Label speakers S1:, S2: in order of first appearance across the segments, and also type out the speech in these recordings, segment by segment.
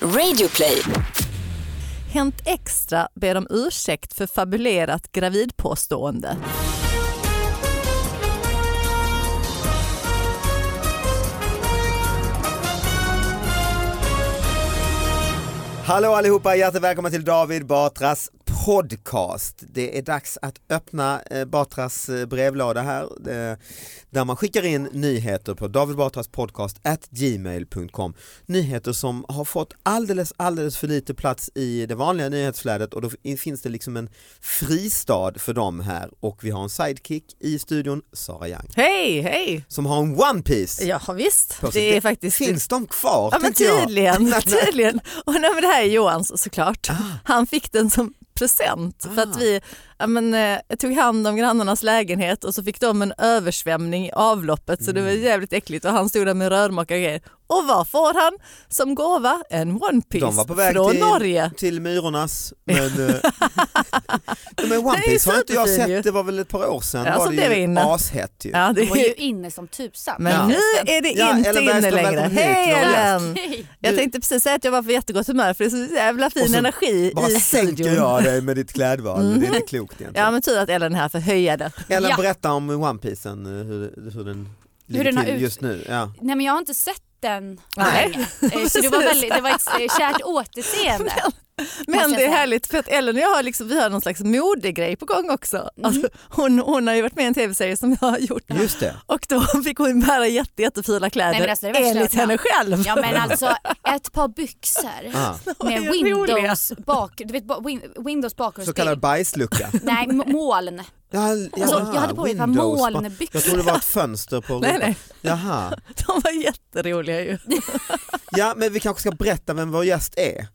S1: Radioplay.
S2: Hänt Extra ber om ursäkt för fabulerat gravidpåstående.
S3: Hallå allihopa, hjärtligt välkomna till David Batras podcast. Det är dags att öppna eh, Batras eh, brevlåda här eh, där man skickar in nyheter på davidbatraspodcast@gmail.com. Nyheter som har fått alldeles, alldeles för lite plats i det vanliga nyhetsflödet och då f- finns det liksom en fristad för dem här och vi har en sidekick i studion, Sara Young,
S2: Hej, hej!
S3: som har en One Piece.
S2: Ja visst,
S3: på sig.
S2: det är faktiskt...
S3: Finns de kvar?
S2: Ja men
S3: tänkte jag.
S2: tydligen, tydligen. Och nej, men det här är Johans
S3: Ah.
S2: såklart. Han fick den som present för att vi ja, men, eh, tog hand om grannarnas lägenhet och så fick de en översvämning i avloppet så det
S3: Mm.
S2: var jävligt äckligt och han stod där med rörmokare och grejer. Och vad får han som gåva? En One Piece
S3: De var på väg
S2: från
S3: till,
S2: Norge.
S3: till Myrornas. Men, eh, men One
S2: ju
S3: Piece har inte jag
S2: superfin ju.
S3: sett, det var väl ett par år sedan.
S2: Ja,
S3: var
S2: så blev
S3: ju
S2: vi inne.
S3: ashett ju.
S2: Ja, det
S4: De var ju
S2: är,
S4: inne som tusan.
S2: men
S3: Ja.
S2: nu är det
S3: Ja,
S2: inte
S3: Ellen
S2: inne
S3: Bergström,
S2: längre.
S3: välkommen hit.
S2: Hej
S3: Vad
S2: Ellen!
S4: Hej.
S2: Jag
S3: Du-
S2: tänkte precis säga att jag var på jättegott humör för det är så jävla fin
S3: så
S2: energi
S3: Bara
S2: i
S3: sänker
S2: studion.
S3: jag dig med ditt klädval, det är inte klokt
S2: Ja
S3: egentligen.
S2: men tur att Ellen är här för höja det.
S3: Eller
S4: Ja.
S3: berätta om One Piece, hur, hur den ligger
S4: den har
S3: till
S4: ut-
S3: just nu. Ja.
S4: Nej men jag har inte sett den
S2: Nej.
S4: länge. Eh, Så det var, väldigt, det var ett eh, kärt återseende.
S2: Men
S4: Måste jag
S2: det är
S4: säga.
S2: härligt för att Ellen och jag har, liksom, vi har någon slags modegrej på gång också.
S4: Mm.
S2: Alltså, hon, hon har ju varit med i en tv-serie som jag har gjort.
S3: Just det.
S2: Och då fick hon bära jätte, jättefina kläder
S4: Nej, men alltså, det är värsta
S2: enligt
S4: jag har
S2: henne själv.
S4: Ja men alltså ett par byxor
S3: Ah.
S4: med
S2: Oj, roliga.
S4: Windows, bak, du vet, ba- win, Windows
S3: Så
S4: bakgrundsbild.
S3: kallad bajslucka.
S4: Nej m- moln.
S3: Ja,
S4: Alltså, jag hade på mig ett par
S3: Windows.
S4: molnbyxor.
S3: Jag trodde det var ett fönster på
S2: Nej,
S3: rutan.
S2: nej,
S3: Jaha.
S2: de var jätteroliga ju.
S3: Ja men vi kanske ska berätta vem vår gäst är,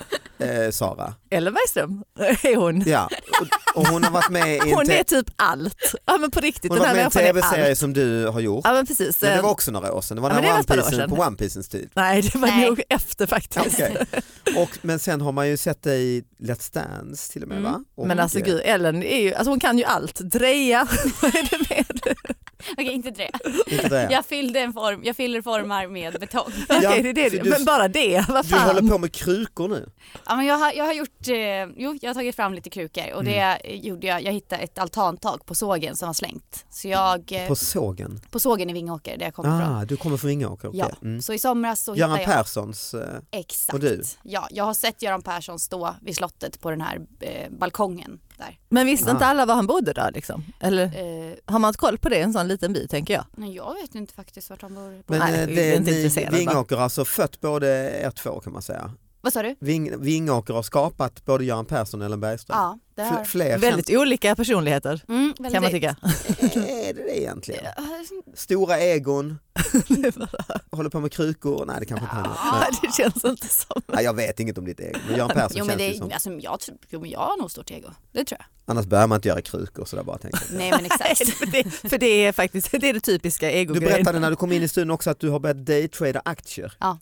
S3: eh, Sara.
S2: Ellen Bergström är hon.
S3: Ja. Och, och hon har varit med i en,
S2: Hon
S3: te-
S2: är typ allt. Ja men på riktigt,
S3: hon har
S2: den här
S3: varit med i en
S2: människan är
S3: tv-serie
S2: allt.
S3: som du har gjort.
S2: Ja men precis.
S3: Men det var också några år sedan, det var
S2: Ja, men
S3: när
S2: det var
S3: One
S2: ett par år
S3: Piece,
S2: sedan.
S3: på One Piecens tid.
S2: Nej det var
S4: Nej.
S2: nog efter faktiskt.
S3: Och, men sen har man ju sett dig i Let's Dance till och med va? Och,
S2: Men alltså gud, Ellen är ju, alltså hon kan ju allt. Dreja, vad är det med?
S4: Okej inte det.
S3: Inte det.
S4: Jag fyllde en form, jag fyller formar med betong.
S2: Okej,
S3: Ja,
S2: det är det.
S3: för du-
S2: men bara det, vad
S3: Du håller
S2: fan.
S3: på med krukor nu.
S4: Ja men jag har, jag har gjort, eh, jo jag har tagit fram lite krukor och det
S3: Mm.
S4: eh, gjorde jag, jag hittade ett altantag på sågen som var slängt. Så jag, eh,
S3: På
S4: på,
S3: sågen.
S4: sågen i Vingåker där jag kommer ifrån.
S3: Ah, du kommer från Vingåker. okej.
S4: Ja,
S3: Mm.
S4: så i somras så
S3: Göran
S4: hittade jag
S3: Perssons, eh,
S4: Exakt.
S3: Och du?
S4: Ja, jag har sett Göran Persson stå vid slottet på den här eh, balkongen där.
S2: Men visste inte
S3: Ah.
S2: alla var han bodde då liksom? Eller
S4: Eh,
S2: har man ett koll på det i en sån liten by tänker jag?
S4: men jag vet inte faktiskt vart han bor.
S3: men
S2: Nej,
S3: eh,
S2: vi
S3: det
S2: är
S3: är
S2: inte
S3: ni
S2: intresserade, va?
S3: Vingåker har alltså fött både er två kan man säga.
S4: Vad sa du?
S3: Ving, Vingåker har skapat både Göran Persson och Ellen Bergström.
S4: Ja, det
S3: Fl-
S4: har
S3: fler
S2: Väldigt olika personligheter
S4: mm,
S2: kan man tycka.
S3: känns... Är det det egentligen? Stora egon, håller på med krukor. Nej det kanske inte han gör. Nej.
S2: det känns inte som.
S3: Nej, Jag vet inget om ditt egon, men Göran Persson
S4: Jo men,
S3: känns
S4: det,
S3: ju som...
S4: alltså, jag, tror- jo men jag har nog stort ego, det tror jag.
S3: Annars behöver man inte göra krukor sådär bara tänker jag.
S4: Nej men exakt.
S2: för, det, för det är faktiskt det, är det typiska
S3: Du
S2: egogrejen.
S3: berättade när du kom in i studion också att du har börjat daytrada aktier.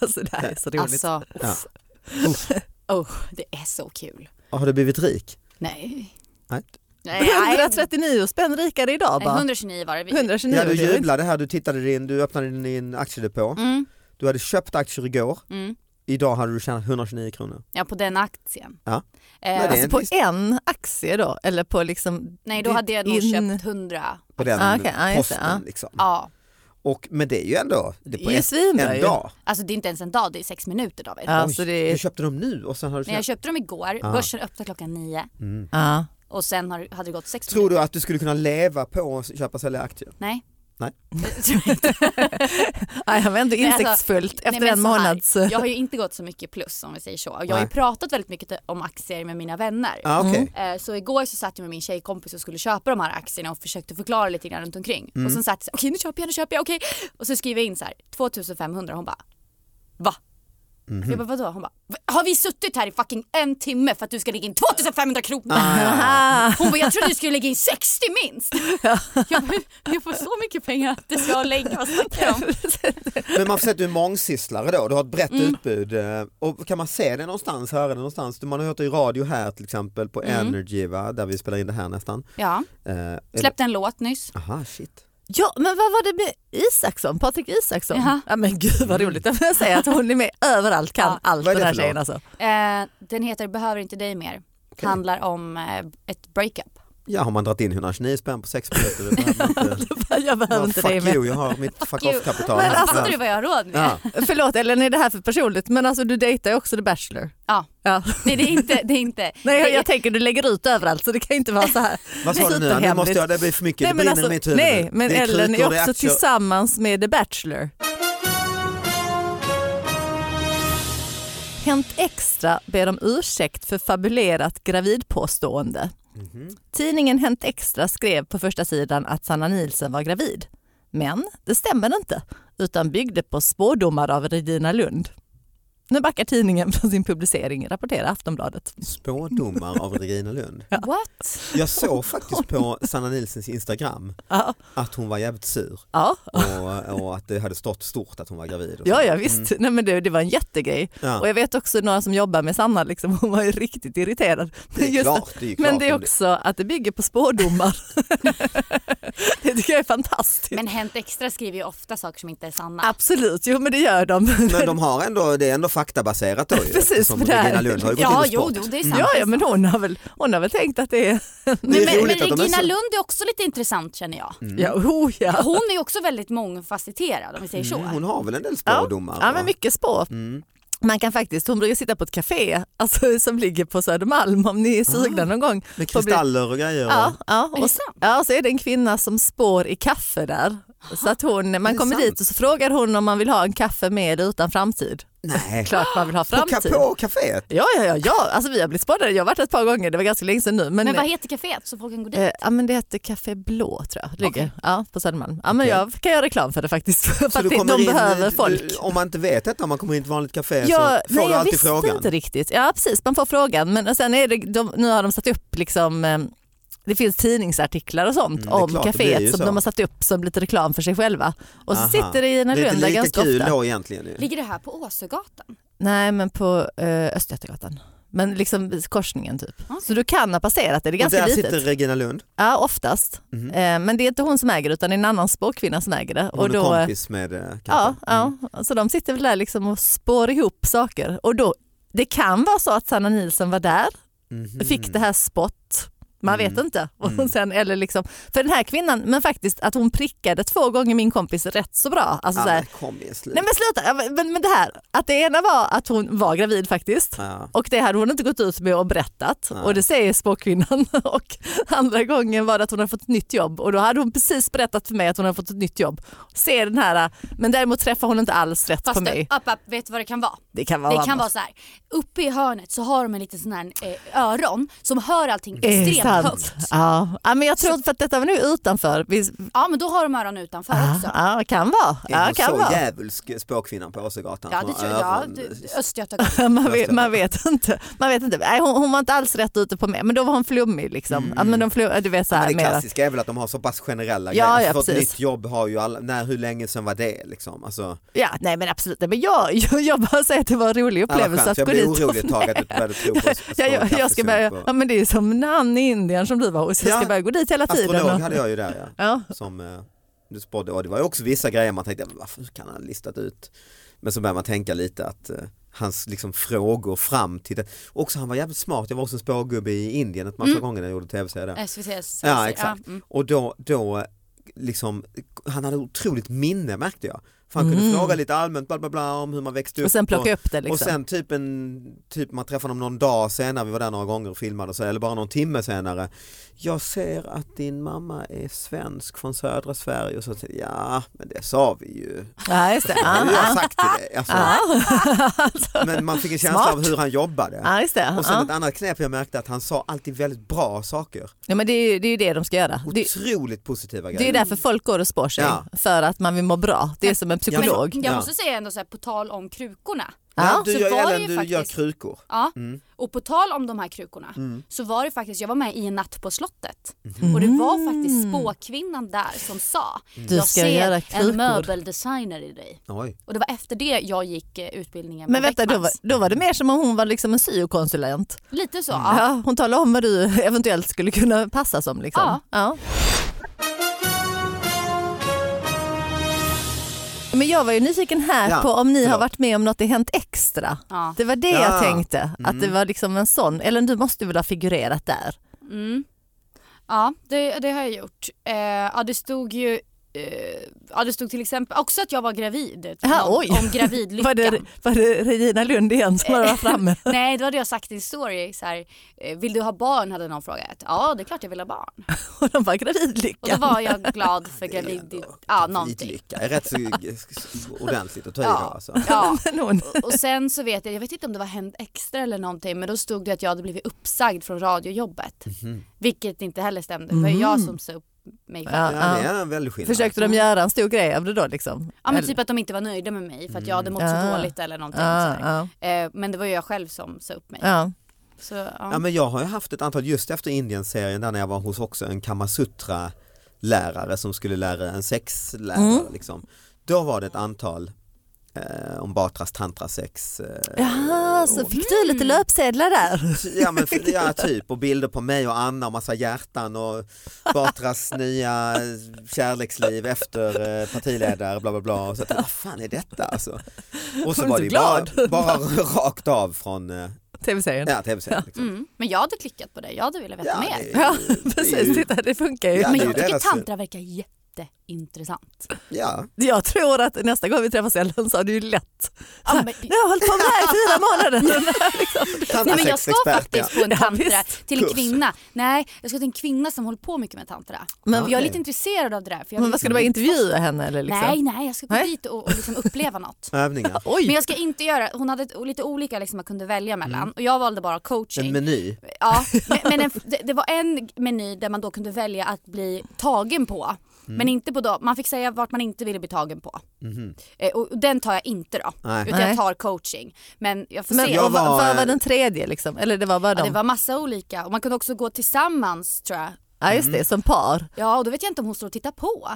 S2: Alltså, det här är så roligt.
S4: alltså,
S3: Ja.
S4: uff. oh, det är så kul.
S3: Och Har du blivit rik?
S4: Nej.
S3: Nej.
S4: Nej, nej.
S2: 139 spänn rikare idag
S4: Nej,
S2: bara.
S4: 129 var det. Vi-
S2: 129.
S3: Ja, du
S2: det är inte-
S3: jublade här, du tittade din, du öppnade din, din aktiedepå.
S4: Mm,
S3: Du hade köpt aktier igår,
S4: mm.
S3: idag hade du tjänat 129 kronor.
S4: Ja på den aktien.
S3: Ja.
S4: Eh,
S3: Nej, det är
S2: Alltså på en aktie då? Eller på liksom...
S4: Nej då
S2: ditt
S4: hade jag nog
S2: in-
S4: köpt 100.
S3: På den
S2: Ah, okej, ja, just det,
S3: posten
S2: ja.
S3: liksom.
S4: Ja.
S3: Och, men det är ju ändå, det är på
S2: Det är
S3: ett,
S2: svinbra
S3: en
S2: ju.
S3: dag.
S4: Alltså det är inte ens en dag, det är sex minuter David.
S2: Ja,
S3: Oj,
S2: så det är...
S3: Du köpte dem nu och sen har du
S4: Men jag
S3: tjänat.
S4: köpte dem igår,
S3: Ja.
S4: börsen öppnade klockan nio
S3: Mm.
S2: ja.
S4: och sen har, hade det gått sex
S3: Tror
S4: minuter.
S3: du att du skulle kunna leva på att köpa och sälja aktier?
S4: Nej.
S3: Nej.
S4: Det tror jag inte.
S2: Nej, han var ändå
S4: Nej, alltså,
S2: insiktsfullt
S4: Nej,
S2: efter
S4: men
S2: en
S4: så här,
S2: månads...
S4: Jag har ju inte gått så mycket plus om vi säger så. Jag har
S3: Nej.
S4: ju pratat väldigt mycket om aktier med mina vänner.
S3: Ja, Ah,
S2: Mm.
S3: okej.
S4: Eh, Så igår så satt jag med min tjejkompis och skulle köpa de här aktierna och försökte förklara lite grann runt omkring.
S3: Mm.
S4: Och sen satt jag så här, okej nu köper jag, nu köper jag, okej. Och så skriver jag in så här 2500 och hon bara va?
S3: Mhm.
S4: Jag bara vadå? Hon bara "Va? har vi suttit här i fucking en timme för att du ska lägga in 2500 kronor?
S2: Ah,
S4: Hon bara, jag trodde du skulle lägga in 60 minst. Jag, bara, jag får så mycket pengar att det ska lägga, vad snackar jag om?
S3: Men man får säga att du är mångsysslare då, du har ett brett
S2: Mm.
S3: utbud. eh, Och kan man se det någonstans, höra det någonstans? Man har hört det i radio här till exempel
S2: Mm.
S3: på Energy va, där vi spelar in det här nästan.
S4: Ja,
S3: Eh, eller-
S4: släppte en låt nyss.
S3: Aha, shit.
S2: Ja men vad var det med Isaksson, Patrik Isaksson?
S4: Jaha.
S2: Ja men gud vad roligt, jag vill säga att hon är med överallt, kan
S4: Ja.
S2: allt
S3: Vad
S2: den
S3: är det
S2: här
S3: för låt?
S2: tjejen alltså.
S4: Eh, den heter Behöver inte dig mer.
S3: Okej.
S4: Handlar om eh, ett breakup.
S3: Ja, har man dragit in 129 spänn på sex minuter? då behöver man inte-
S2: Jag behöver
S3: Ja,
S2: inte
S3: fuck
S2: dig med.
S3: you, jag har mitt fuck
S4: you.
S3: off-kapital.
S2: Men
S3: här.
S2: alltså,
S4: Fattar du vad jag har råd med?
S3: ja.
S2: Förlåt Ellen, är det här för personligt? Men alltså du dejtar ju också The Bachelor.
S4: Ja.
S2: Ja.
S4: Nej det är inte, det är inte.
S2: Nej jag,
S4: det är,
S2: jag tänker du lägger ut överallt så det kan ju inte vara så här.
S3: Vad sa du nu? Nu
S2: Superhemligt.
S3: måste jag, det blir för mycket, det brinner i mitt huvud.
S2: alltså, nej, men
S3: det är
S2: Ellen
S3: krukor,
S2: är
S3: det
S2: också
S3: aktier.
S2: tillsammans med The Bachelor. Hänt Extra ber om ursäkt för fabulerat gravidpåstående.
S3: Mhm.
S2: Tidningen Hänt Extra skrev på första sidan att Sanna Nielsen var gravid. Men det stämmer inte, utan byggde på spådomar av Regina Lund. Nu backar tidningen från sin publicering, rapporterar Aftonbladet.
S3: Spådomar av Regina Lund.
S4: What?
S3: Jag såg faktiskt på Sanna Nilsens Instagram
S2: Ja,
S3: att hon var jävligt sur
S2: ja,
S3: och, och att det hade stått stort att hon var gravid. Och så.
S2: ja, ja visst.
S3: Mm.
S2: Nej, men det, det var en jättegrej.
S3: Ja.
S2: Och jag vet också några som jobbar med Sanna, liksom, hon var ju riktigt irriterad.
S3: Det är
S2: Just-
S3: klart, det är ju klart.
S2: men det är
S3: om
S2: också att det bygger på spådomar. det tycker jag är fantastiskt.
S4: Men Hänt Extra skriver ju ofta saker som inte är sanna.
S2: Absolut, jo men det gör de.
S3: Men de har ändå, det är ändå faktabaserat då ju.
S2: Precis,
S3: eftersom
S2: för det här-
S3: Regina Lund har ju gått
S4: ja
S3: in i
S4: jo,
S3: sport.
S4: jo det är sant.
S2: Ja,
S4: det är
S2: ja men
S4: sant.
S2: hon har väl, hon har väl tänkt att det är,
S3: Det är
S4: men,
S3: roligt
S4: men
S3: att de är
S4: Regina
S3: så-
S4: Lund är också lite intressant känner jag.
S3: Mm.
S2: ja, oh, ja.
S4: Hon är ju också väldigt mångfacetterad om vi säger så.
S3: Mm, Hon har väl en del
S2: Ja,
S3: spådomar?
S2: ja men
S3: va?
S2: mycket spår.
S3: Mm.
S2: Man kan faktiskt, hon brukar sitta på ett café alltså, som ligger på Södermalm om ni är sugna någon gång.
S3: Ah. Med
S2: på att bli-
S3: kristaller och grejer.
S2: Ja, ja,
S4: Är det
S2: och,
S4: sant?
S2: ja, så är det en kvinna som spår i kaffe där. Så att hon,
S3: Är
S2: man
S3: det
S2: kommer
S3: sant?
S2: dit och så frågar hon om man vill ha en kaffe med eller utan framtid.
S3: Nej.
S2: Klart man vill ha
S3: På, ka-
S2: framtid.
S3: på kaféet?
S2: Ja, ja, ja, ja. Alltså, vi har blivit spådade. Jag har varit där ett par gånger, det var ganska länge sedan nu. Men,
S4: Men vad heter kaféet så folk kan gå dit?
S2: eh, ja, men det heter Café Blå tror jag, det ligger ja, på Södermalm. Ja, men
S3: Okej.
S2: jag kan göra reklam för det faktiskt, för
S3: Så
S2: att
S3: du
S2: det-
S3: kommer
S2: de
S3: in,
S2: behöver
S3: du-
S2: folk.
S3: om man inte vet detta, om man kommer in till ett vanligt café
S2: Ja,
S3: Eh, så får
S2: nej,
S3: du
S2: jag
S3: alltid
S2: visste
S3: frågan.
S2: inte riktigt. Ja precis, man får frågan. Men och sen är det, de, nu har de satt upp liksom eh, det finns tidningsartiklar och sånt
S3: Mm, det är
S2: om
S3: klart, det blir
S2: kaféet
S3: ju
S2: som
S3: så.
S2: de har satt upp som lite reklam för sig själva. Och så
S3: Aha.
S2: sitter det i en
S3: Det är
S2: runda
S3: inte lika
S2: ganska
S3: kul
S2: ofta.
S3: då egentligen. Ju.
S4: Ligger det här på Åsögatan?
S2: Nej men på eh, Östgötagatan. Men liksom vid korsningen typ. Så du kan ha passerat det, det är
S3: Och där
S2: ganska litet.
S3: sitter Regina Lund,
S2: Ja oftast. Eh, men det är inte hon som äger det utan det är en annan spåkvinna som äger det.
S3: hon
S2: och då,
S3: är kompis med eh, kaffe.
S2: Ja,
S3: Mm.
S2: ja, så de sitter väl där liksom och spår ihop saker. Och då, det kan vara så att Sanna Nilsson var där,
S3: Mhm.
S2: fick det här spott. Man
S3: Mm.
S2: vet inte.
S3: Mm.
S2: Och sen, eller liksom, för den här kvinnan, men faktiskt att hon prickade två gånger min kompis rätt så bra. Alltså,
S3: Ja,
S2: så här,
S3: men kom igen, slut.
S2: nej men sluta, Ja, men- men, men det här, att det ena var att hon var gravid faktiskt.
S3: Ja.
S2: Och det hade hon inte gått ut med och berättat
S3: Nej.
S2: och det säger spåkvinnan. Och andra gången var det att hon hade fått ett nytt jobb och då hade hon precis berättat för mig att hon hade fått ett nytt jobb. Ser den här, men däremot träffar hon inte alls rätt på
S4: Fast
S2: mig.
S4: du, upp, upp, vet du vad det kan vara?
S2: Det kan vara
S4: Det kan
S2: annat.
S4: vara så här. uppe i hörnet så har de en liten sån här eh, öron som hör allting
S2: Är det
S4: extremt
S2: sant?
S4: högt.
S2: Ja. ja, men jag tror för att detta var nu utanför. Vi,
S4: Ja men då har de öron utanför också.
S2: ja, ja, kan vara.
S3: Är
S2: Ja,
S3: hon
S2: kan
S3: så
S2: vara.
S3: djävulsk spåkvinnan på Åsögatan?
S4: Ja
S3: som
S4: det
S3: har
S4: tror jag. Ja,
S3: öron-
S4: du- Östgötagatan.
S2: Man vet, man vet inte. Man vet inte. Nej, hon, hon var inte alls rätt ute på mig, men då var hon flummig. Liksom. Ja, men de flum, du vet, så
S3: Mm.
S2: här,
S3: Men det
S2: mera-
S3: klassiska är väl att de har så pass generella
S2: Ja,
S3: grejer.
S2: ja,
S3: För ett
S2: precis.
S3: nytt jobb har ju alla, när, hur länge sedan var det liksom? Alltså,
S2: Ja, nej men absolut. Nej, Men jag, jag, jag bara säger att det var en rolig
S3: alla
S2: upplevelse
S3: skönt,
S2: att
S3: jag
S2: gå
S3: blir
S2: dit.
S3: orolig ett tag att du började tro på
S2: Ja, jag, jag ska börja, ja, men det är ju som när han i Indien som du var hos. Jag ska
S3: Ja,
S2: börja gå dit hela tiden.
S3: Astrolog
S2: Och,
S3: hade jag ju där ja.
S2: ja,
S3: som eh, du spådde och det var ju också vissa grejer man tänkte varför kan han ha listat ut men så börjar man tänka lite att eh, hans liksom frågor fram till det också han var jävligt smart jag var också en spågubbe i Indien ett
S2: Mm.
S3: massa gånger när jag gjorde tv-serier
S4: Eh,
S3: där
S4: SVTs.
S3: ja exakt
S4: mm.
S3: och då, då liksom han hade otroligt minne märkte jag för han kunde fråga lite allmänt bla, bla, bla, om hur man växte upp
S2: Mm. och sen plocka upp det. Liksom.
S3: och sen typ en, typ man träffar dem någon dag senare, vi var där några gånger och filmade och så, eller bara någon timme senare. Jag ser att din mamma är svensk från södra Sverige och så säger jag, ja men det sa vi ju.
S2: ja, just det.
S3: Det
S2: Ja,
S3: har jag sagt till dig. Alltså,
S2: ja,
S3: men man fick en känsla
S2: Ah. Smart. Ah.
S3: av hur han jobbade.
S2: ja, just det.
S3: Och sen
S2: Ja.
S3: ett annat knep jag märkte att han sa alltid väldigt bra saker.
S2: Ja, men det, är ju, det är ju det de ska göra. Det,
S3: Otroligt positiva
S2: det är ju
S3: grejer.
S2: därför folk går och spår sig.
S3: Ja.
S2: För att man vill må bra. Det är som en
S4: Men
S2: psykolog.
S4: jag
S3: Ja.
S4: måste säga ändå så här, på tal om krukorna.
S2: Ja,
S3: du
S4: så
S3: gör,
S4: var det
S3: Ellen,
S4: ju
S3: du gör
S4: faktiskt-
S3: krukor.
S4: Ja.
S2: Mm.
S4: Och på tal om de här krukorna så var det faktiskt, jag var med i En natt på slottet
S2: Mm.
S4: och det var faktiskt spåkvinnan där som sa
S2: Du
S4: jag
S2: ska
S4: ser
S2: göra krukor."
S4: en möbeldesigner i dig.
S3: Oj.
S4: Och det var efter det jag gick eh,
S2: Men
S4: utbildningen med
S2: vänta, då var,
S4: Beckmans.
S2: då var det mer som om hon var liksom en syokonsulent.
S4: Lite så. Ja.
S2: Ja, hon talade om vad du eventuellt skulle kunna passa som. Liksom.
S4: Ja.
S2: Ja. Men jag var ju nyfiken här
S3: Ja,
S2: på om ni har
S3: förlåt.
S2: varit med om något i Hänt Extra.
S4: Ja.
S2: Det var det
S3: Ja. Mm.
S2: jag tänkte, att det var liksom en sån. Eller du måste väl ha figurerat där?
S4: Mm. Ja, det, det har jag gjort. Eh, ja, det stod ju... Eh, ja, det stod till exempel också att jag var gravid.
S2: Ja,
S4: om,
S2: oj.
S4: om
S2: Var
S4: gravidlyckan.
S2: det, var det Regina Lund igen som bara var
S4: Eh.
S2: framme?
S4: Nej, då hade jag sagt i en story så här, eh, vill du ha barn hade någon frågat. Ja, det är klart jag vill ha barn.
S2: Och de var
S4: Och då
S2: gravidlyckan.
S4: var jag glad för
S3: Det är
S4: gravid...
S3: ändå
S4: Ja, någonting.
S3: Gravidlycka typ är rätt så ordentligt att ta i då
S4: Ja.
S3: alltså.
S4: Ja.
S2: Men hon,
S4: Och sen så vet jag, jag vet inte om det var Hänt Extra eller någonting, men då stod det att jag hade blivit uppsagd från radiojobbet.
S3: Mhm.
S4: Vilket inte heller stämde, för det var jag som sa upp mig själv.
S2: ja,
S3: Mm. Ja, det
S2: ja.
S3: är en väldig skillnad.
S2: Försökte de göra en stor grej av det då? Liksom?
S4: Ja men
S2: Eller-
S4: typ att de inte var nöjda med mig för att jag hade mått
S3: Mm.
S2: Ah.
S4: så dåligt eller någonting
S2: ja,
S4: sådär.
S2: ja,
S4: Eh, Men det var ju jag själv som sa upp mig.
S2: ja.
S4: Så, ja.
S3: Ja, men jag har ju haft ett antal, just efter Indien-serien där när jag var hos också en kamasutra lärare som skulle lära en sexlärare.
S4: Mm.
S3: Liksom. Då var det ett antal eh, om Batras tantrasex. Eh,
S2: Jaha, så fick du
S4: Mm.
S2: lite löpsedlar där?
S3: ja, men, för- ja, typ och bilder på mig och Anna och massa hjärtan och Batras nya kärleksliv efter eh, partiledare bla bla bla. Och så, tänkte jag, vad fan är detta alltså? Och så
S2: Var du
S3: var det
S2: inte
S3: ju bara,
S2: glad?
S3: bara rakt av från eh,
S2: Tv-serien?
S3: ja, tv-serien. Liksom.
S4: Mm. men jag hade klickat på det, jag hade velat veta
S3: Ja,
S4: mer.
S3: det-
S2: Ja,
S3: det är ju-
S2: precis. Titta, det funkar ju.
S3: Ja,
S4: men
S3: det är
S4: jag
S3: ju
S4: tycker
S3: deras-
S4: tantra verkar jätteintressant.
S3: Ja.
S2: Jag tror att nästa gång vi träffas Ellen så har du ju lätt.
S4: Ja, men-
S2: Nu har jag hållit på med det här i fyra månader.
S4: Nej, men jag ska
S3: Tantrasexexpert, ja.
S4: faktiskt på en
S2: Ja,
S4: tantra
S2: visst.
S4: till
S3: Kurs.
S4: en kvinna. Nej, jag ska till en kvinna som håller på mycket med tantra.
S2: Men-
S4: jag är
S3: Okej.
S4: lite intresserad av det där. För jag
S2: Men
S4: vill-
S2: vad ska du bara intervjua henne eller liksom?
S4: Nej, nej, jag ska gå
S2: Nej.
S4: dit och, och liksom uppleva något.
S3: Övningar.
S4: Men
S2: Oj,
S4: jag ska inte göra, hon hade ett- lite olika liksom man kunde välja
S2: Mm.
S4: mellan och jag valde bara coaching.
S3: En meny.
S4: Ja, men, men en, det, det var en meny där man då kunde välja att bli tagen på.
S2: Mm.
S4: Men inte på då, man fick säga vart man inte ville bli tagen på. Eh, och, och den tar jag inte då.
S3: Nej.
S4: Utan
S2: Mhm. Nej.
S4: jag tar coaching. Men jag får
S2: men
S4: se.
S3: jag
S2: och vad
S3: var-
S2: vad var den tredje liksom? Eller det var bara
S4: Ja, det
S2: de?
S4: var massa olika och man kunde också gå tillsammans tror jag.
S2: Ja just det, som par.
S4: Ja och då vet jag inte om hon står och tittar på.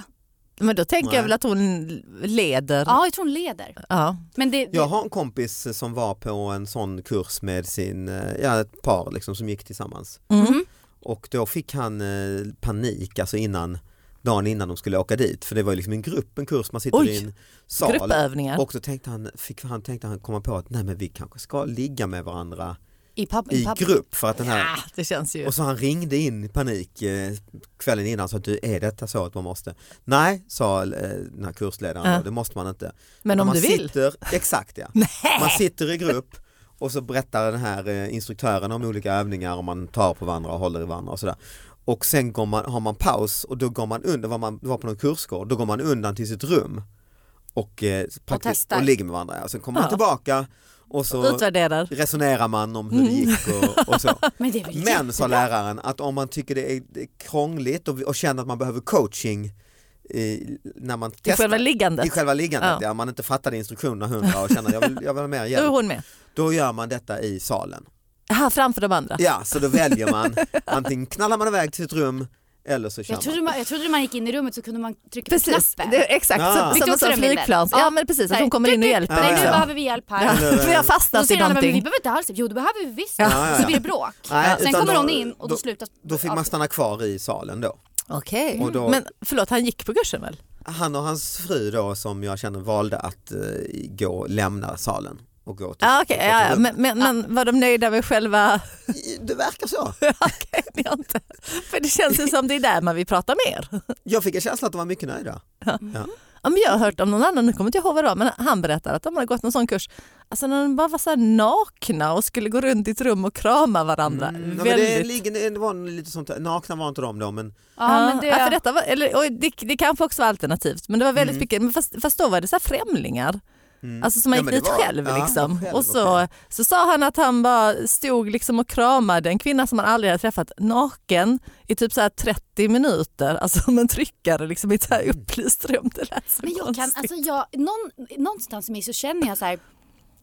S2: Men då tänker
S3: Nej.
S2: jag väl att hon leder.
S4: Ja jag tror hon leder.
S2: Ja.
S4: Men det,
S3: Jag har en kompis som var på en sån kurs med sin, eh, ja ett par liksom som gick tillsammans.
S2: Mm.
S4: Mhm.
S3: Och då fick han eh, panik, alltså innan, dagen innan de skulle åka dit. För det var ju liksom en grupp, en kurs, man sitter
S2: Oj.
S3: i en sal.
S2: Gruppövningar.
S3: Och då tänkte han, fick han, tänkte han komma på att nej men vi kanske ska ligga med varandra
S4: i pub,
S3: i
S4: pub.
S3: grupp för att den här
S2: Ah, det känns ju.
S3: Och så han ringde in i panik eh, kvällen innan så att du är detta så att man måste? Nej, sa eh, den här kursledaren,
S2: Ja.
S3: då, det måste man inte.
S2: Men
S3: När
S2: om
S3: man
S2: du vill.
S3: Sitter, exakt ja. Man sitter i grupp och så berättar den här eh, instruktören om olika övningar och man tar på varandra och håller i varandra och sådär. Och sen går man, har man paus och då går man undan, var man var på någon kursgård, då går man undan till sitt rum och, eh, praktiskt,
S4: testar.
S3: och, ligger med varandra. Och sen kommer
S2: Ja.
S3: man tillbaka och så
S2: Utvärderar.
S3: resonerar man om hur det
S2: Mm.
S3: gick och, och så.
S4: Men det är väl
S3: Men sa läraren att om man tycker det är det är krångligt och, och känner att man behöver coaching i, när man
S2: I
S3: testar
S2: själva liggandet.
S3: i själva liggandet,
S2: Ja.
S3: ja. man inte fattade instruktionerna hundra och känner jag vill, jag vill ha mer
S2: Då är
S3: hjälp,
S2: hon med.
S3: då gör man detta i salen.
S2: Här framför de andra.
S3: Ja, så då väljer man, antingen knallar man iväg till sitt rum eller så kör
S4: Jag trodde,
S3: man.
S4: man, jag trodde man gick in i rummet så kunde man trycka
S2: Precis,
S4: på knappen.
S2: det, exakt.
S3: Ja.
S2: Så,
S4: Fick
S2: som
S4: du
S2: en
S4: också
S2: sån
S4: den bilden?
S2: flygplans. Ja,
S4: Ja.
S2: men precis,
S4: Så
S2: att
S4: här,
S2: hon kommer in och
S4: tut, tut.
S2: hjälper.
S4: Nej nu
S2: liksom.
S4: behöver vi hjälp här.
S2: Vi har
S4: Då
S2: fastnat i
S4: säger alla, men vi
S2: någonting.
S4: behöver inte alls Jo det behöver vi visst.
S3: Ja, ja, ja.
S4: Så blir det bråk.
S3: Nej,
S4: Sen
S3: utan
S4: kommer
S3: då-
S4: någon in och då,
S3: då-
S4: slutar...
S3: Då fick man stanna kvar i salen då.
S2: Okej,
S3: Och då-
S2: men förlåt han gick på kursen väl?
S3: Han och hans fru då som jag känner valde att eh, gå, lämna salen och gå till,
S2: Ja, okej,
S3: gå till
S2: ja, ja.
S3: rummet.
S2: Men, men, men var de nöjda med själva...
S3: Det verkar så.
S2: Okej, det är jag inte. För det känns ju som det är där man vill prata mer.
S3: Jag fick en känsla att de var mycket nöjda.
S2: Ja, men jag har hört om någon annan, nu kommer inte jag ihåg vad det var, men han berättar att de hade gått någon sån kurs. Alltså när de bara var så här nakna och skulle gå runt i ett rum och krama varandra. Mm.
S3: Ja, Mm, men
S2: Väldigt...
S3: det, ligger, det var en lite sånt, där- nakna var inte de då men
S4: Ja, men det...
S2: ja, för detta var, eller, och det, det kanske också var alternativt men det var
S3: Mm.
S2: väldigt mycket, men fast, fast då var det så här främlingar. Alltså som man
S3: Ja,
S2: gick
S3: men det
S2: dit
S3: var-
S2: själv.
S3: ja,
S2: liksom.
S3: själv,
S2: och så,
S3: okej.
S2: så sa han att han bara stod liksom och kramade en kvinna som han aldrig hade träffat naken i typ så här 30 minuter, alltså som en tryckare liksom, i ett så här
S3: Mm.
S2: upplyst rum. Det lät så
S4: Men jag kan,
S2: konstigt.
S4: alltså jag, någon, någonstans i mig så känner jag så här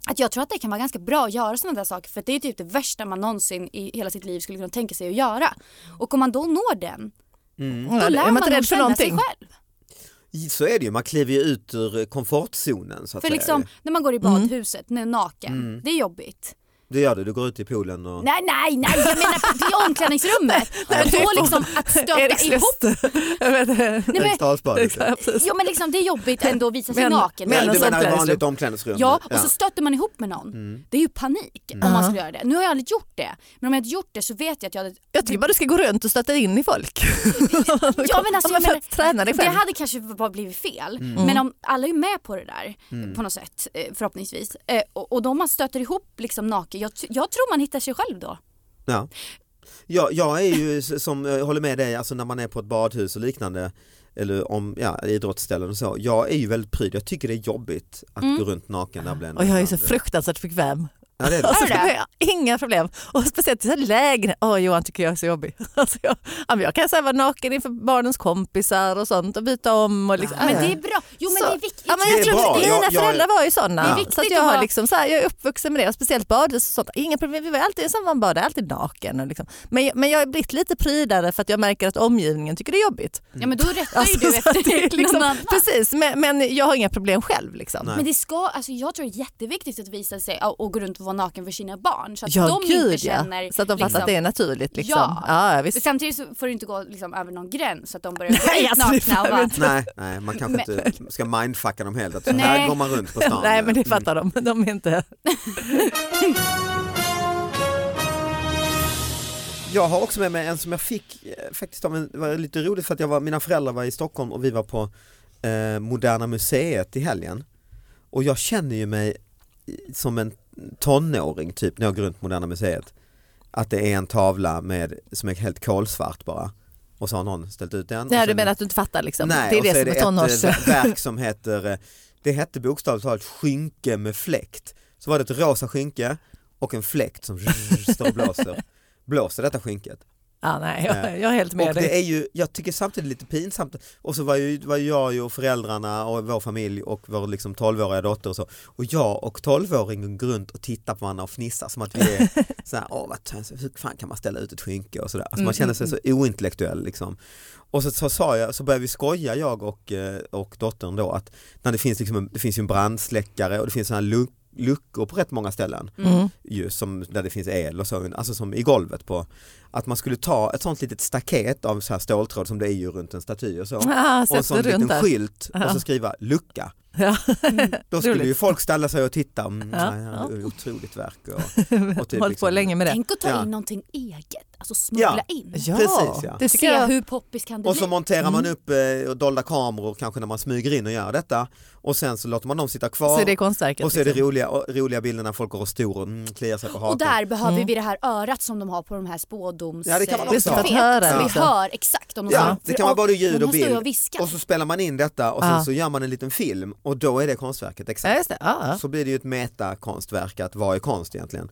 S4: att jag tror att det kan vara ganska bra att göra sådana där saker för att det är typ det värsta man någonsin i hela sitt liv skulle kunna tänka sig att göra. Och om man då når den, då
S2: Ja,
S3: Mm.
S2: det- är
S4: lär
S2: man
S4: man
S2: inte
S4: nog
S2: rädd för
S4: känna sig
S2: någonting?
S4: själv.
S3: så är det ju, man kliver ju ut ur komfortzonen så att
S4: För
S3: säga.
S2: Mm.
S4: liksom när man går i badhuset, när man är naken, det är jobbigt.
S3: Det gör du, du går ut i poolen och...
S4: Nej, nej, nej, jag menar det är omklädningsrummet.
S2: Nej,
S4: och
S2: det är
S4: då
S2: på-
S4: liksom att stöta ihop.
S2: Jag vet inte.
S4: Nej, men,
S3: Eriksdalsbadet.
S2: Exakt, precis.
S4: jo men liksom det är jobbigt ändå att visa sig
S2: Men-
S4: naken. Alltså,
S2: men- alltså,
S4: Det är
S3: Men du
S2: något
S3: menar ett
S2: omklädningsrum.
S3: vanligt omklädningsrum?
S4: Ja, och så stöter man ihop med någon. Det är ju panik
S2: Mm.
S4: om man skulle göra det. Nu har jag aldrig gjort det, men om jag hade gjort det så vet jag att jag hade...
S2: Jag tycker bara du ska gå runt och stöta in i folk.
S4: Ja, men alltså,
S2: för
S4: jag menar,
S2: att träna dig
S4: det
S2: själv.
S4: hade kanske bara blivit fel, men om alla är med på det där på något sätt, eh, förhoppningsvis, eh, och, och då man stöter ihop liksom naken, jag, t- jag tror man hittar sig själv då.
S3: Ja. Ja, jag är ju s- som, jag håller med dig, alltså när man är på ett badhus och liknande eller om ja, idrottsställen och så. Jag är ju väldigt pryd, jag tycker det är jobbigt att gå runt naken där bland
S2: Och Mm. jag är ju så
S3: andra.
S2: fruktansvärt bekväm.
S3: ja, det är det.
S2: Alltså,
S4: Är du det?
S2: Inga problem. Och speciellt i så här lägen. Åh Johan tycker jag är så jobbig. Alltså, jag, ja, men jag kan så här vara naken inför barnens kompisar och sånt och byta om. Och liksom.
S4: Men det är bra, jo men
S2: Så-
S4: det är viktigt.
S2: Ja, men jag
S3: Det är
S2: tror
S3: bra.
S2: att mina
S3: Jag- jag-
S2: föräldrar var ju sådana.
S4: Det är
S2: så att
S4: viktigt
S2: jag,
S4: att
S2: har
S4: ha-
S2: liksom så här, jag är uppvuxen med det, och speciellt badhus och sånt. Inga problem, vi var alltid som man badade, alltid naken. Och liksom. men, jag- men jag har blivit lite prydare för att jag märker att omgivningen tycker det är jobbigt.
S4: Ja men då rättar ju
S2: Alltså,
S4: du
S2: så att det är
S4: efter någon
S2: liksom,
S4: annan.
S2: precis, men, men jag har inga problem själv. Liksom.
S3: Nej.
S4: Men det ska, alltså jag tror det är jätteviktigt att visa sig och- och gå runt och vara naken för sina barn så att
S2: Ja,
S4: de
S2: gud
S4: inte känner...
S2: ja. Så att de fattar
S4: liksom-
S2: att det är naturligt. Liksom.
S4: Ja.
S2: Ja. Ja,
S4: Men
S2: visst.
S4: Samtidigt så får du inte gå liksom, över någon gräns så att de börjar
S2: Nej,
S4: gå ut
S2: alltså, det
S4: nakna
S2: får
S4: och
S2: vi
S4: bara,
S2: inte.
S3: Nej, nej, man kanske inte ska mindfucka dem helt, att så här
S4: Nej.
S3: går man runt på stan.
S2: Nej men det fattar de, de är inte...
S3: Jag har också med mig en som jag fick eh, faktiskt av en, det var lite roligt för att jag var, mina föräldrar var i Stockholm och vi var på eh, Moderna Museet i helgen. Och jag känner ju mig i- som en tonåring typ när jag går runt på Moderna Museet. Att det är en tavla med, som är helt kolsvart bara. Och så har någon ställt ut den.
S2: Nej,
S3: och
S2: du
S3: sen-
S2: menar att du inte fattar liksom?
S3: Nej,
S2: det är
S3: och så
S2: det som är tonårs...
S3: ett eh, ver- verk som heter, eh, det hette bokstavligt talat skynke med fläkt. Så var det ett rosa skynke och en fläkt som står och blåser. Blåser detta skynket.
S2: Ja, nej, jag, jag är helt
S3: och
S2: med dig.
S3: det är ju, jag tycker samtidigt lite pinsamt, och så var ju var jag ju och föräldrarna och vår familj och vår liksom 12-åriga dotter och så, och jag och 12-åringen går runt och tittar på varandra och fnissar som att vi är såhär, åh vad tönt, hur fan kan man ställa ut ett skynke och sådär, alltså man känner sig så ointellektuell liksom. Och så, så sa jag, så började vi skoja jag och, eh, och dottern då att när det finns liksom en, det finns ju en brandsläckare och det finns sådana luck, luckor på rätt många ställen
S2: Mm.
S3: ju, som, där det finns el och så, alltså som i golvet på att man skulle ta ett sånt litet staket av så här ståltråd som det är ju runt en staty och så
S2: Ah,
S3: och en
S2: sätt
S3: sån
S2: det
S3: liten
S2: runt där.
S3: skylt och
S2: Ja.
S3: så skriva lucka.
S2: Ja.
S3: Då skulle
S2: Roligt.
S3: ju folk ställa sig och titta, mm,
S2: Ja,
S3: ja, ja,
S2: ja.
S3: otroligt verk. Och, och
S2: Hållit
S3: typ
S2: på
S3: liksom-
S2: länge med det.
S4: Tänk att ta
S3: Ja.
S4: in någonting eget, alltså smuggla in.
S2: Ja,
S3: Precis, ja.
S2: det
S4: Se
S2: tycker jag.
S4: hur poppis kan det
S3: Och så
S4: bli?
S3: monterar
S2: Mm.
S3: man upp eh, dolda kameror kanske när man smyger in och gör detta och sen så låter man dem sitta kvar
S2: Så är det konstverket.
S3: och så är det
S2: liksom.
S3: roliga, och roliga bilder när folk går och stor och mm, kliar sig på hakan.
S4: Och där behöver vi det här örat som de har på de här spådoms...
S3: Mm. Ja, det kan man
S4: eh,
S3: också ha.
S4: kaféet,
S2: För att höra,
S4: Så vi
S2: liksom.
S4: hör exakt om de
S3: Ja,
S4: säger-
S3: det
S4: för
S3: kan vara
S4: om-
S3: både ljud och
S4: Hon står ju
S3: bild.
S4: och viskar.
S3: Och så spelar man in detta och sen
S2: Ja.
S3: så gör man en liten film och då är det konstverket.
S2: Ja,
S3: Exakt.
S2: just det. Ja,
S3: Så blir det ju ett metakonstverk att vad är konst egentligen.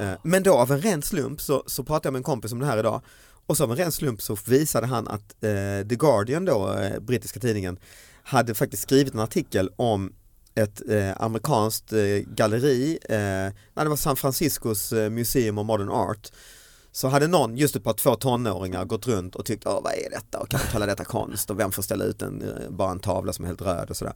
S3: Eh, Men då av en ren slump så, så pratade jag med en kompis om det här idag och så av en ren slump så visade han att eh, The Guardian då, eh, brittiska tidningen, hade faktiskt skrivit en artikel om ett eh, amerikanskt eh, galleri, eh, nej, det var San Franciscos eh, Museum of Modern Art, så hade någon, just ett par två tonåringar, gått runt och tyckt, Åh, vad är detta och kan man kalla detta konst och vem får ställa ut en, eh, bara en tavla som är helt röd och sådär.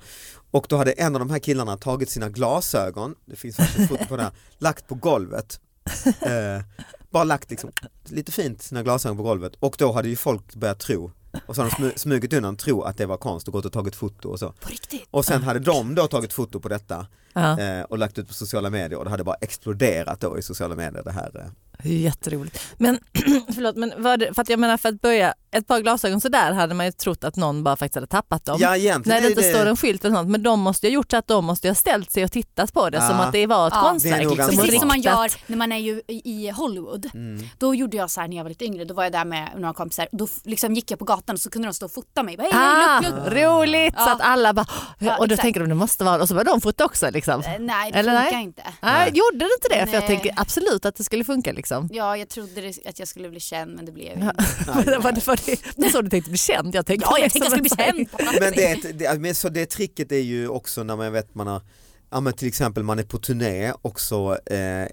S3: Och då hade en av de här killarna tagit sina glasögon, det finns faktiskt ett foto på det här, lagt på golvet. Eh, bara lagt liksom, lite fint sina glasögon på golvet och då hade ju folk börjat tro och så hade de smu- smugit undan tro att det var konst och gått och tagit foto och så.
S4: På riktigt.
S3: Och sen hade de då tagit foto på detta
S2: ja.
S3: eh, och lagt ut på sociala medier och det hade bara exploderat då i sociala medier det här. Eh.
S2: Det är ju jätteroligt. Men, förlåt, men var det, för att jag menar för att börja, ett par glasögon sådär hade man ju trott att någon bara faktiskt hade tappat dem.
S3: Ja egentligen
S2: När det
S3: är
S2: inte står en skylt eller sånt, men de måste ju ha gjort så att de måste ju ha ställt sig och tittat på det
S3: Ja.
S2: som att det var ett
S4: Ja.
S2: konstverk.
S3: Ah. Det är
S2: liksom, och
S3: nog ganska
S4: Ah. Precis som man
S2: riktat.
S4: gör när man är ju i i Hollywood.
S3: Mm.
S4: Då gjorde jag så här när jag var lite yngre, då var jag där med några kompisar. Då f- liksom gick jag på gatan och så kunde de stå och fota mig. Bara,
S2: Ah,
S4: hey, look, look.
S2: roligt! Så
S4: Ja.
S2: att alla bara,
S4: Ja,
S2: och då
S4: exakt.
S2: tänker de det måste vara, och så var de fota också liksom.
S4: Eh, Nej, det
S2: Eller nej?
S4: funkar inte.
S2: Nej, gjorde det inte det? För jag
S4: Nej.
S2: tänker absolut att det skulle funka liksom.
S4: Ja, jag trodde det, att jag skulle bli känd men det blev jag
S2: Ja.
S4: inte.
S2: det var, det var det, det så du tänkte bli känd? Jag tänkte liksom
S4: Ja,
S2: mer
S4: jag tänkte jag
S2: som
S4: skulle bli
S2: en-
S4: känd. på
S3: Men
S2: Alltså,
S3: det, är ett- det, men så det tricket är ju också när man vet man har Ja, men till exempel man är på turné och så eh,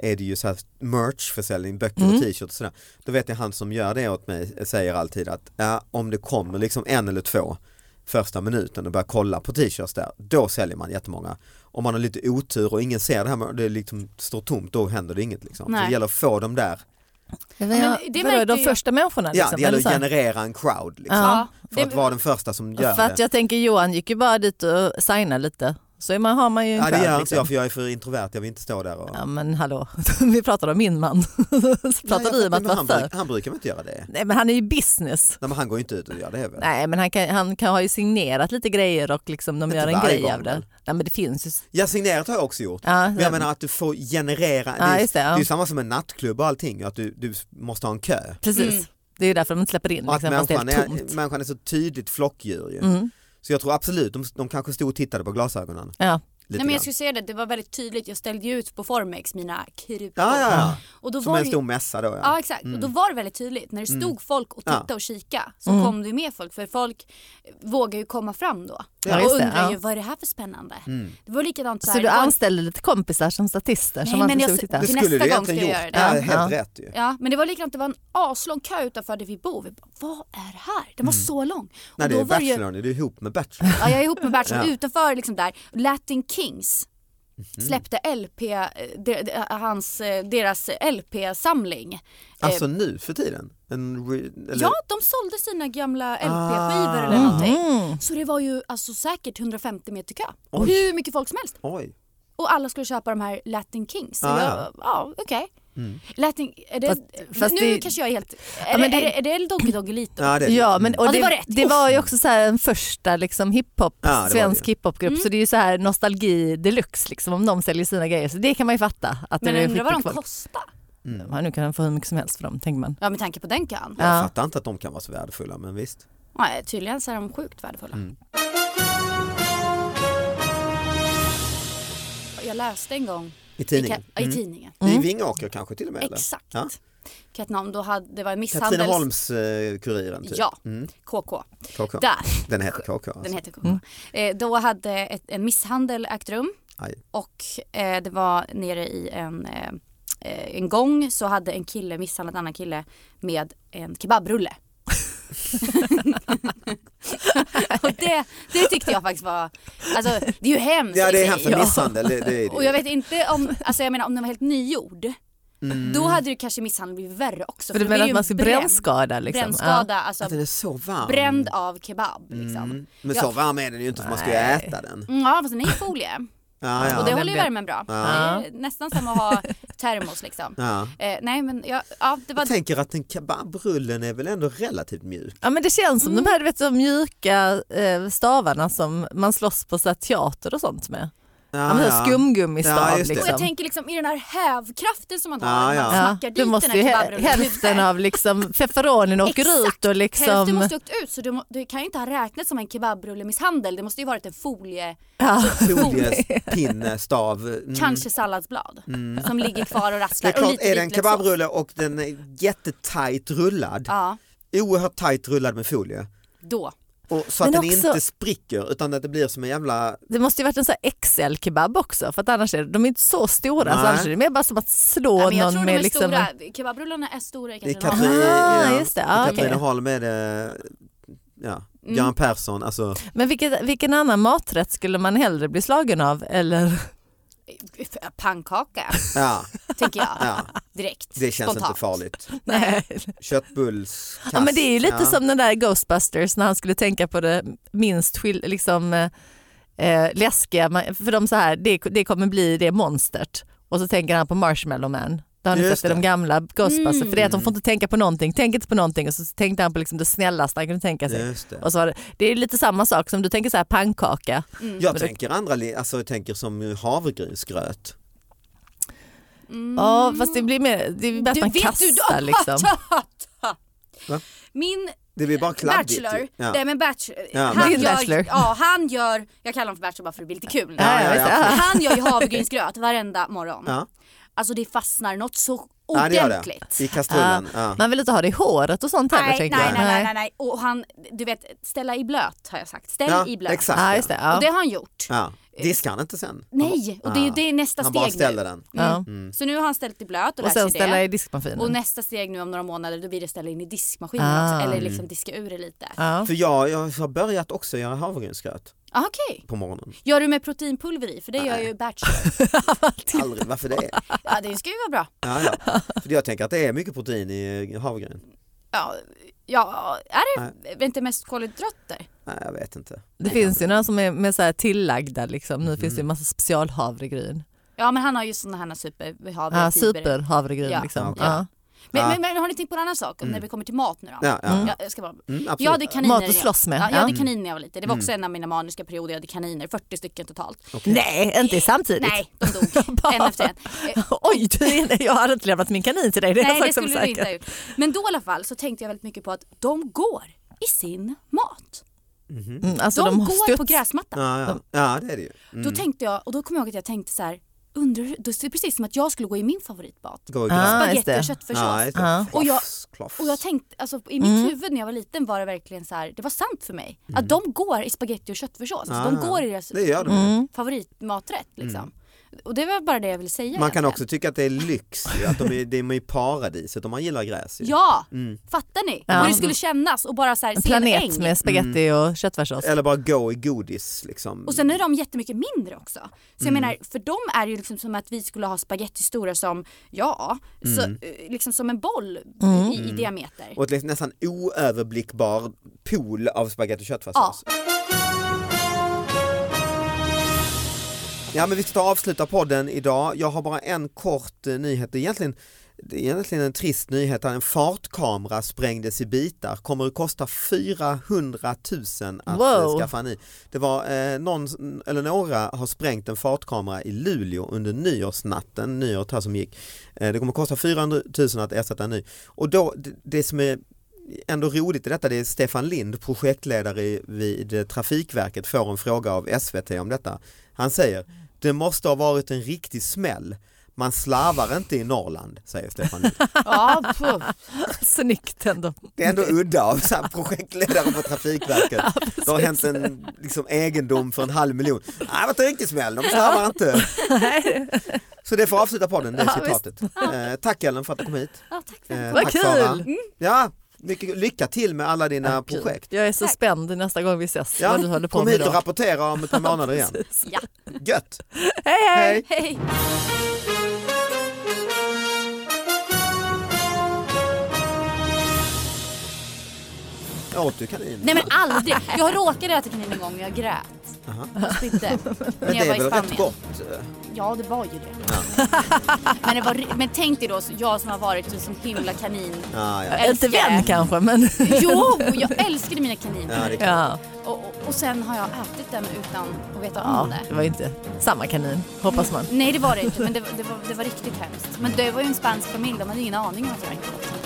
S3: är det ju så här merchförsäljning, böcker
S2: Mm.
S3: och t-shirts och sådär. Då vet jag han som gör det åt mig eh, säger alltid att ja, om det kommer liksom en eller två första minuten och börjar kolla på t-shirts där, då säljer man jättemånga. Om man har lite otur och ingen ser det här, men det liksom står tomt, då händer det inget. Liksom. Så
S4: Nej.
S3: det gäller att få dem där,
S2: Ja,
S4: men
S2: men,
S4: det
S2: det vadå,
S4: märkte
S2: de
S4: jag-
S2: första människorna?
S3: ja,
S2: Liksom,
S3: det gäller
S2: eller
S3: att
S2: så här?
S3: generera en crowd. Liksom.
S2: Ja.
S3: För att vara den första som gör
S2: För att
S3: det.
S2: jag tänker Johan gick ju bara dit och signade lite. Så är man, har man ju en
S3: Ja, det
S2: skärm,
S3: gör inte
S2: liksom.
S3: jag för jag är för introvert, jag vill inte stå där och...
S2: Ja men hallå, vi pratar om min man. Så pratar
S3: Nej,
S2: vi
S3: jag
S2: om att
S3: fattar inte,
S2: vara
S3: han,
S2: för.
S3: bruk- han brukar väl inte göra det?
S2: Nej men han är ju business.
S3: Nej, men han går ju inte ut och gör det väl?
S2: Nej men han, kan, han kan, har ju signerat lite grejer och liksom de
S3: Inte
S2: gör en
S3: varje
S2: grej
S3: gång,
S2: av det.
S3: väl?
S2: Nej men det finns ju.
S3: Ja, signerat har jag också gjort.
S2: Ja,
S3: Men jag menar att du får generera,
S2: Ja,
S3: det, är,
S2: just det, ja.
S3: det är ju samma som en nattklubb och allting, att du, du måste ha en kö.
S2: precis.
S4: Mm.
S2: Det är ju därför de inte släpper in
S3: Och att
S2: liksom, fast det är
S3: människan
S2: helt tomt.
S3: är, människan är så tydligt flockdjur ju.
S2: Mm.
S3: Så jag tror absolut, de, de kanske stod och tittade på glasögonen.
S2: Ja.
S3: Lite
S4: Nej, men jag
S3: grann.
S4: skulle säga det, det var väldigt tydligt. Jag ställde ju ut på Formex mina krukor.
S3: Ja, ja, ja.
S4: Och då
S3: Som
S4: var
S3: en
S4: ju-
S3: stor mässa då.
S4: Ja
S3: Ja.
S4: exakt, och då var det väldigt tydligt när det stod folk och
S3: Ja.
S4: tittade och kika så
S2: Mm.
S4: kom det ju med folk för folk eh, vågar ju komma fram då
S2: Ja,
S4: och
S2: just det,
S4: undrar
S2: ja.
S4: ju vad är det här för spännande.
S3: Mm.
S4: Det var likadant så här,
S2: Så du
S4: det var-
S2: anställde lite kompisar som statister
S4: Nej,
S2: som alltid
S4: men jag
S2: stod och
S4: ser-
S2: tittade?
S3: Det
S4: till
S3: skulle du
S4: nästa gång
S3: egentligen
S4: ska
S3: gjort.
S4: jag göra
S3: Ja,
S4: det.
S3: helt
S2: Ja.
S3: rätt ju.
S4: Ja men det var likadant, det var en aslång kö utanför där vi bor. Vi bara, vad är det här? Den var så lång.
S3: Mm. Nej,
S4: och
S3: det
S4: då
S3: är
S4: var det ju,
S3: Bachelor nu, du är ihop med Bachelor.
S4: ja, jag är ihop med Bertsson
S3: Ja.
S4: utanför liksom där, Latin Kings släppte LP, eh, de, de, hans, eh, deras LP-samling.
S3: Alltså nu för tiden? En re- eller-
S4: Ja, de sålde sina gamla LP-skivor eller
S3: Ah.
S4: någonting.
S2: Mm.
S4: Så det var ju alltså säkert 150 meter kö.
S3: Oj.
S4: Hur mycket folk som helst.
S3: Oj.
S4: Och alla skulle köpa de här Latin Kings. Så
S3: Ah,
S4: jag,
S3: ja.
S4: ja, okej. Latin, är det,
S2: Fast- fast
S4: nu
S2: det-
S4: kanske jag är helt... Är,
S2: men
S4: det, är,
S2: det-
S4: det, är det Doggy Doggy Lito?
S3: Ja, det är det.
S2: Ja, men, och
S4: Ja,
S2: det,
S4: det
S2: det,
S4: var
S2: var
S4: rätt.
S2: ju också så här en första liksom, hiphop,
S3: Ja, det var det
S2: svensk
S3: ju.
S2: hiphopgrupp
S4: Mm.
S2: så det är ju så här nostalgi deluxe liksom, om de säljer sina grejer. Så det kan man ju fatta. Att
S4: Men
S2: det är
S4: undrar vad de
S2: skickligt folk.
S4: kostar?
S2: Ja, nu kan de få hur mycket som helst för dem tänker man.
S4: Ja med tanke på den kön.
S3: Jag
S2: Ja.
S3: fattar inte att de kan vara så värdefulla men visst.
S4: Nej, tydligen så är de sjukt värdefulla.
S3: Mm.
S4: Jag läste en gång
S3: I
S4: i,
S3: tidningen. Mm.
S4: Ka- i tidningen. Mm.
S3: I Vingåker kanske till och med? eller?
S4: Exakt.
S3: Ja.
S4: Katrineholm, då hade, det var en misshandels...
S3: Katrineholms-Kuriren typ?
S4: Ja,
S3: Mm,
S4: KK.
S3: KK.
S4: Där.
S3: Den heter KK alltså.
S4: Den heter KK. Eh, då hade ett, en misshandel ägt rum
S3: Aj.
S4: och eh, det var nere i en, eh, eh, en gång så hade en kille misshandlat en annan kille med en kebabrulle. och det, det tyckte jag faktiskt var, alltså det är ju hemskt.
S3: Ja
S4: i
S3: det är
S4: sig.
S3: hemskt med misshandel, det, det är det.
S4: Och jag vet inte om, alltså jag menar om den var helt nygjord.
S3: Mm.
S4: Då hade ju kanske misshandeln blivit värre också.
S2: För du
S4: det
S2: menar
S4: är
S2: att
S4: ju
S2: man ska
S4: bränd-
S2: brännskada liksom?
S4: Brännskada, alltså
S3: Att den är så varm.
S4: bränd av kebab liksom.
S3: Mm. Men
S4: Ja.
S3: så varm är den ju inte för man ska ju
S2: Nej.
S3: äta den.
S4: Mm, Ja fast den är i folie.
S3: Ja, ja.
S4: Och det
S2: den
S4: håller ju
S2: vet-
S4: värmen bra.
S3: Ja.
S4: Det är nästan som att ha termos liksom.
S3: ja.
S4: Eh, nej men ja, ja det var
S3: Jag tänker att den kebabrullen är väl ändå relativt mjuk.
S2: Ja men det känns som de här du vet, de mjuka eh, stavarna som man slåss på så här, teater och sånt med. Ja, men så här skumgummistav
S3: Ja, just det.
S2: liksom.
S4: och jag tänker liksom i den här hävkraften som man har,
S3: Ja,
S4: när man
S3: ja.
S4: smackar
S2: du
S4: dit
S2: måste
S4: den
S2: ju
S4: här
S2: hä-
S4: kebabrullen i
S2: hälften
S4: huvudet.
S2: av liksom, feferonin åker
S4: Exakt.
S2: ut och
S4: Hälften
S2: liksom...
S4: måste ju åkt ut så du, må, du kan ju inte ha räknat som en kebabrullemisshandel. Det måste ju varit en folie,
S2: Ja.
S3: Foliepinne, stav. Mm.
S4: kanske salladsblad som ligger kvar och
S3: Det
S4: rasslar.
S3: är klart,
S4: och lite
S3: är det en
S4: vitlökssås.
S3: kebabrulle och den är jättetajt rullad,
S4: Ja,
S3: oerhört tajt rullad med folie.
S4: då.
S3: Och så att
S2: Men
S3: den
S2: också-
S3: inte spricker utan att det blir som en jävla
S2: Det måste ju varit en sån här XL-kebab också för att annars är de är inte så stora så
S3: Nej.
S2: annars är det mer bara som att slå
S4: nej, men jag
S2: någon
S4: tror de
S2: med
S4: är
S2: liksom...
S4: stora. Kebabrullarna är stora i
S3: Det är
S4: Katrineholm.
S3: Katrin,
S2: Ah,
S3: ja.
S2: just det.
S3: I
S2: Ah, okej. Mm.
S3: Katrineholm är det eh, ja, Göran Persson, alltså
S2: Men vilket, vilken annan maträtt skulle man hellre bli slagen av eller?
S4: Eh, Pannkaka
S3: ja,
S4: tänker jag
S3: ja,
S4: direkt.
S3: det känns
S4: spontant.
S3: inte farligt.
S2: Nej.
S3: Köttbullskast.
S2: Ja, men det är ju lite
S3: ja.
S2: som den där Ghostbusters när han skulle tänka på det minst skil- liksom, eh, eh, läskiga, Man- för de så här, det, det kommer bli det monstert och så tänker han på Marshmallow Man. Det har ni
S3: Just
S2: sett i de
S3: det. Mm.
S2: gamla Ghostbusters, för det är att de får inte tänka på någonting, tänk inte på någonting och så tänkte han på liksom det snällaste han kunde tänka sig.
S3: Just det.
S2: Och så var det, det är lite samma sak som du tänker så här pannkaka.
S3: Jag tänker andra, li- alltså jag tänker som havregrynsgröt.
S2: Ja fast det blir mer, det är bara att
S4: Mm. Du
S2: man
S4: vet
S2: kastar
S4: du,
S2: liksom.
S3: Va?
S4: Min
S3: Det blir bara kladdigt.
S4: bachelor,
S3: ju. Ja.
S4: nej men bachelor,
S3: Ja,
S4: han,
S2: Din
S4: gör,
S2: bachelor.
S4: Ja, han gör, jag kallar honom för bachelor bara för det blir lite kul.
S2: Ja, ja,
S3: ja,
S2: visst.
S3: ja.
S2: Ja.
S4: Han gör ju havregrynsgröt varenda morgon.
S3: Ja.
S4: alltså det fastnar något så
S3: Ja, det gör det.
S4: ordentligt.
S3: I kastrullen. Ja.
S2: Man vill inte ha det i håret och sånt heller
S4: Nej, nej,
S2: tänker
S4: nej,
S2: jag.
S4: nej, nej, nej. Och han, du vet, ställa i blöt har jag sagt. Ställ
S3: Ja,
S4: i blöt.
S3: exakt.
S2: Ja, just det. Ja.
S4: Och det har han gjort.
S3: Ja. Diskar han inte sen?
S4: Nej, och det är ju
S3: Ja.
S4: det är nästa
S3: Han
S4: steg
S3: bara
S4: nu.
S3: ställer den. Mm.
S2: Ja.
S4: Så nu har han ställt i blöt Mm. och,
S2: Och
S4: lärt
S2: sen
S4: sig
S2: ställa i
S4: det.
S2: diskmaskinen.
S4: Och nästa steg nu om några månader då blir det ställa in i diskmaskinen
S2: Ah.
S4: också eller liksom diska ur det lite. Ja
S2: ja.
S3: För jag, jag har börjat också göra havregrynsgröt
S4: Ah, okej.
S3: på morgonen.
S4: Gör du med proteinpulver i? För det gör ju Bachelor.
S3: Aldrig, varför det?
S4: Ja det ska ju vara bra.
S3: Ja, ja. För jag tänker att det är mycket protein i eh, havregryn.
S4: Ja, ja är det är det inte mest kolhydrater?
S3: Nej, jag vet inte.
S2: Det finns ju några som är med så här tillagda liksom. Nu finns det ju en massa specialhavregryn.
S4: Ja men han har ju sådana här superhavre.
S2: Ja,
S4: fiber.
S2: superhavregryn
S4: typ Ja,
S2: liksom.
S3: okej.
S2: Ja. Mm.
S4: Men,
S3: Ja.
S4: men, men har ni tänkt på en annan sak när vi kommer till mat nu då?
S3: Ja, ja.
S4: Jag, jag ska bara...
S3: Mm,
S4: Jag
S3: absolut.
S4: hade kaniner.
S2: Mat att slåss med.
S4: Ja, jag hade
S2: Ja. Mm.
S4: kaniner när jag var liten. Det var också en av mina maniska perioder. Jag hade kaniner, 40 stycken totalt.
S2: Nej, inte samtidigt.
S4: Nej, de dog. en efter en. Eh,
S2: Oj, du är det. jag hade inte lämnat min kanin till dig. Det är
S4: Nej,
S2: en sak
S4: det
S2: som är
S4: skulle du inte
S2: säker.
S4: ha gjort. Men då i alla fall så tänkte jag väldigt mycket på att de går i sin mat.
S2: Mm, alltså
S4: De,
S2: de,
S4: går
S2: studs-
S4: på gräsmattan.
S3: Mhm. Ja, ja. ja, det är det ju. Mm.
S4: Då tänkte jag, och då kommer jag ihåg att jag tänkte så här, undrar hur- då är det precis som att jag skulle gå i min favoritmat.
S3: Går i
S2: Ah,
S3: gräs.
S2: just
S4: Spagetti
S2: det.
S4: och köttfärssås.
S3: Ja, just Mm. det.
S2: Ja.
S3: Kloffs,
S4: Och jag-
S3: kloffs.
S4: Och jag tänkte, alltså, i mitt huvud när jag var liten var det verkligen så här, det var sant för mig. Att de går i spaghetti och köttfärssås. Alltså,
S3: Ja,
S4: de
S3: ja.
S4: går i deras
S3: Mm. Ah.
S4: Mm.
S3: Det gör de
S2: Mm.
S3: ju.
S4: favoritmaträtt liksom. Och det var bara det jag ville säga.
S3: Man kan
S4: egentligen.
S3: också tycka att det är lyx, ju, att de är, de är i paradiset om man gillar gräs. ju.
S4: Ja,
S3: Mm.
S4: fattar ni?
S2: Ja.
S4: Hur det skulle kännas och bara så här,
S2: En
S4: se en
S2: planet
S4: äng.
S2: med spaghetti och köttfärssås.
S3: Eller bara gå i godis liksom.
S4: Och sen är de jättemycket mindre också. Så jag
S3: Mm.
S4: menar, för dem är det ju liksom som att vi skulle ha spagetti stora som, ja, så, eh, liksom som en boll i, i diameter.
S3: Mm. Och ett liksom nästan oöverblickbar pool av spagetti och köttfärssås. Ja. men vi ska ta och avsluta podden idag. Jag har bara en kort eh, nyhet. Det är egentligen, det är egentligen en trist nyhet. här. En fartkamera sprängdes i bitar. Kommer att kosta 400 000 att eh,
S2: Wow.
S3: skaffa en ny. Det var eh, någon, eller några har sprängt en fartkamera i Luleå under nyårsnatten, nyåret här som gick. Eh, det kommer att kosta 400 000 att ersätta en ny. Och då, det, det som är ändå roligt i detta, det är Stefan Lind, projektledare i- vid Trafikverket, får en fråga av SVT om detta. Han säger, det måste ha varit en riktig smäll. Man slarvar inte i Norrland, säger Stefan Lind.
S4: Ja, puff.
S2: Snyggt ändå.
S3: Det är ändå udda av så här projektledare på Trafikverket. det har hänt en liksom, egendom för en halv miljon. Nej, det var inte riktigt smäll, de slarvar inte. Så det får avsluta podden, det
S2: Ja,
S3: citatet. Eh, tack Ellen för att du kom hit.
S4: ja, tack för
S3: Eh,
S4: det.
S2: Vad
S3: tack,
S2: kul.
S3: Sara. Ja, mycket lycka till med alla dina projekt.
S2: Jag är så spänd nästa gång vi ses.
S3: Ja,
S2: Vad du håller på
S3: kom
S2: med
S3: hit
S2: då.
S3: och rapportera om ett par månader igen.
S4: Ja,
S3: Gött!
S2: hej!
S3: Hej.
S4: hej.
S3: Jag åt ju kanin.
S4: Nej men aldrig. Jag råkade äta kanin en gång och jag grät. Jag spydde. När
S3: men
S4: jag
S3: det är
S4: var
S3: väl
S4: i
S3: rätt
S4: Spanien.
S3: gott? eh?
S4: Ja det var ju det. Men, det var, ri- men tänk dig då så- jag som har varit en sån himla kanin.
S3: Ja, ja.
S2: Inte
S4: Älskar
S2: vän
S4: det.
S2: kanske men
S4: Jo, jag älskade mina kaniner.
S3: Ja, det är klart.
S2: ja,
S4: Och, och, och sen har jag ätit den utan att veta
S2: ja,
S4: om det.
S2: det var inte samma kanin hoppas man.
S4: Nej det var det inte, men det, var- det, var, det var riktigt hemskt. Men det var ju en spansk familj, de hade ingen aning om att jag var en katt.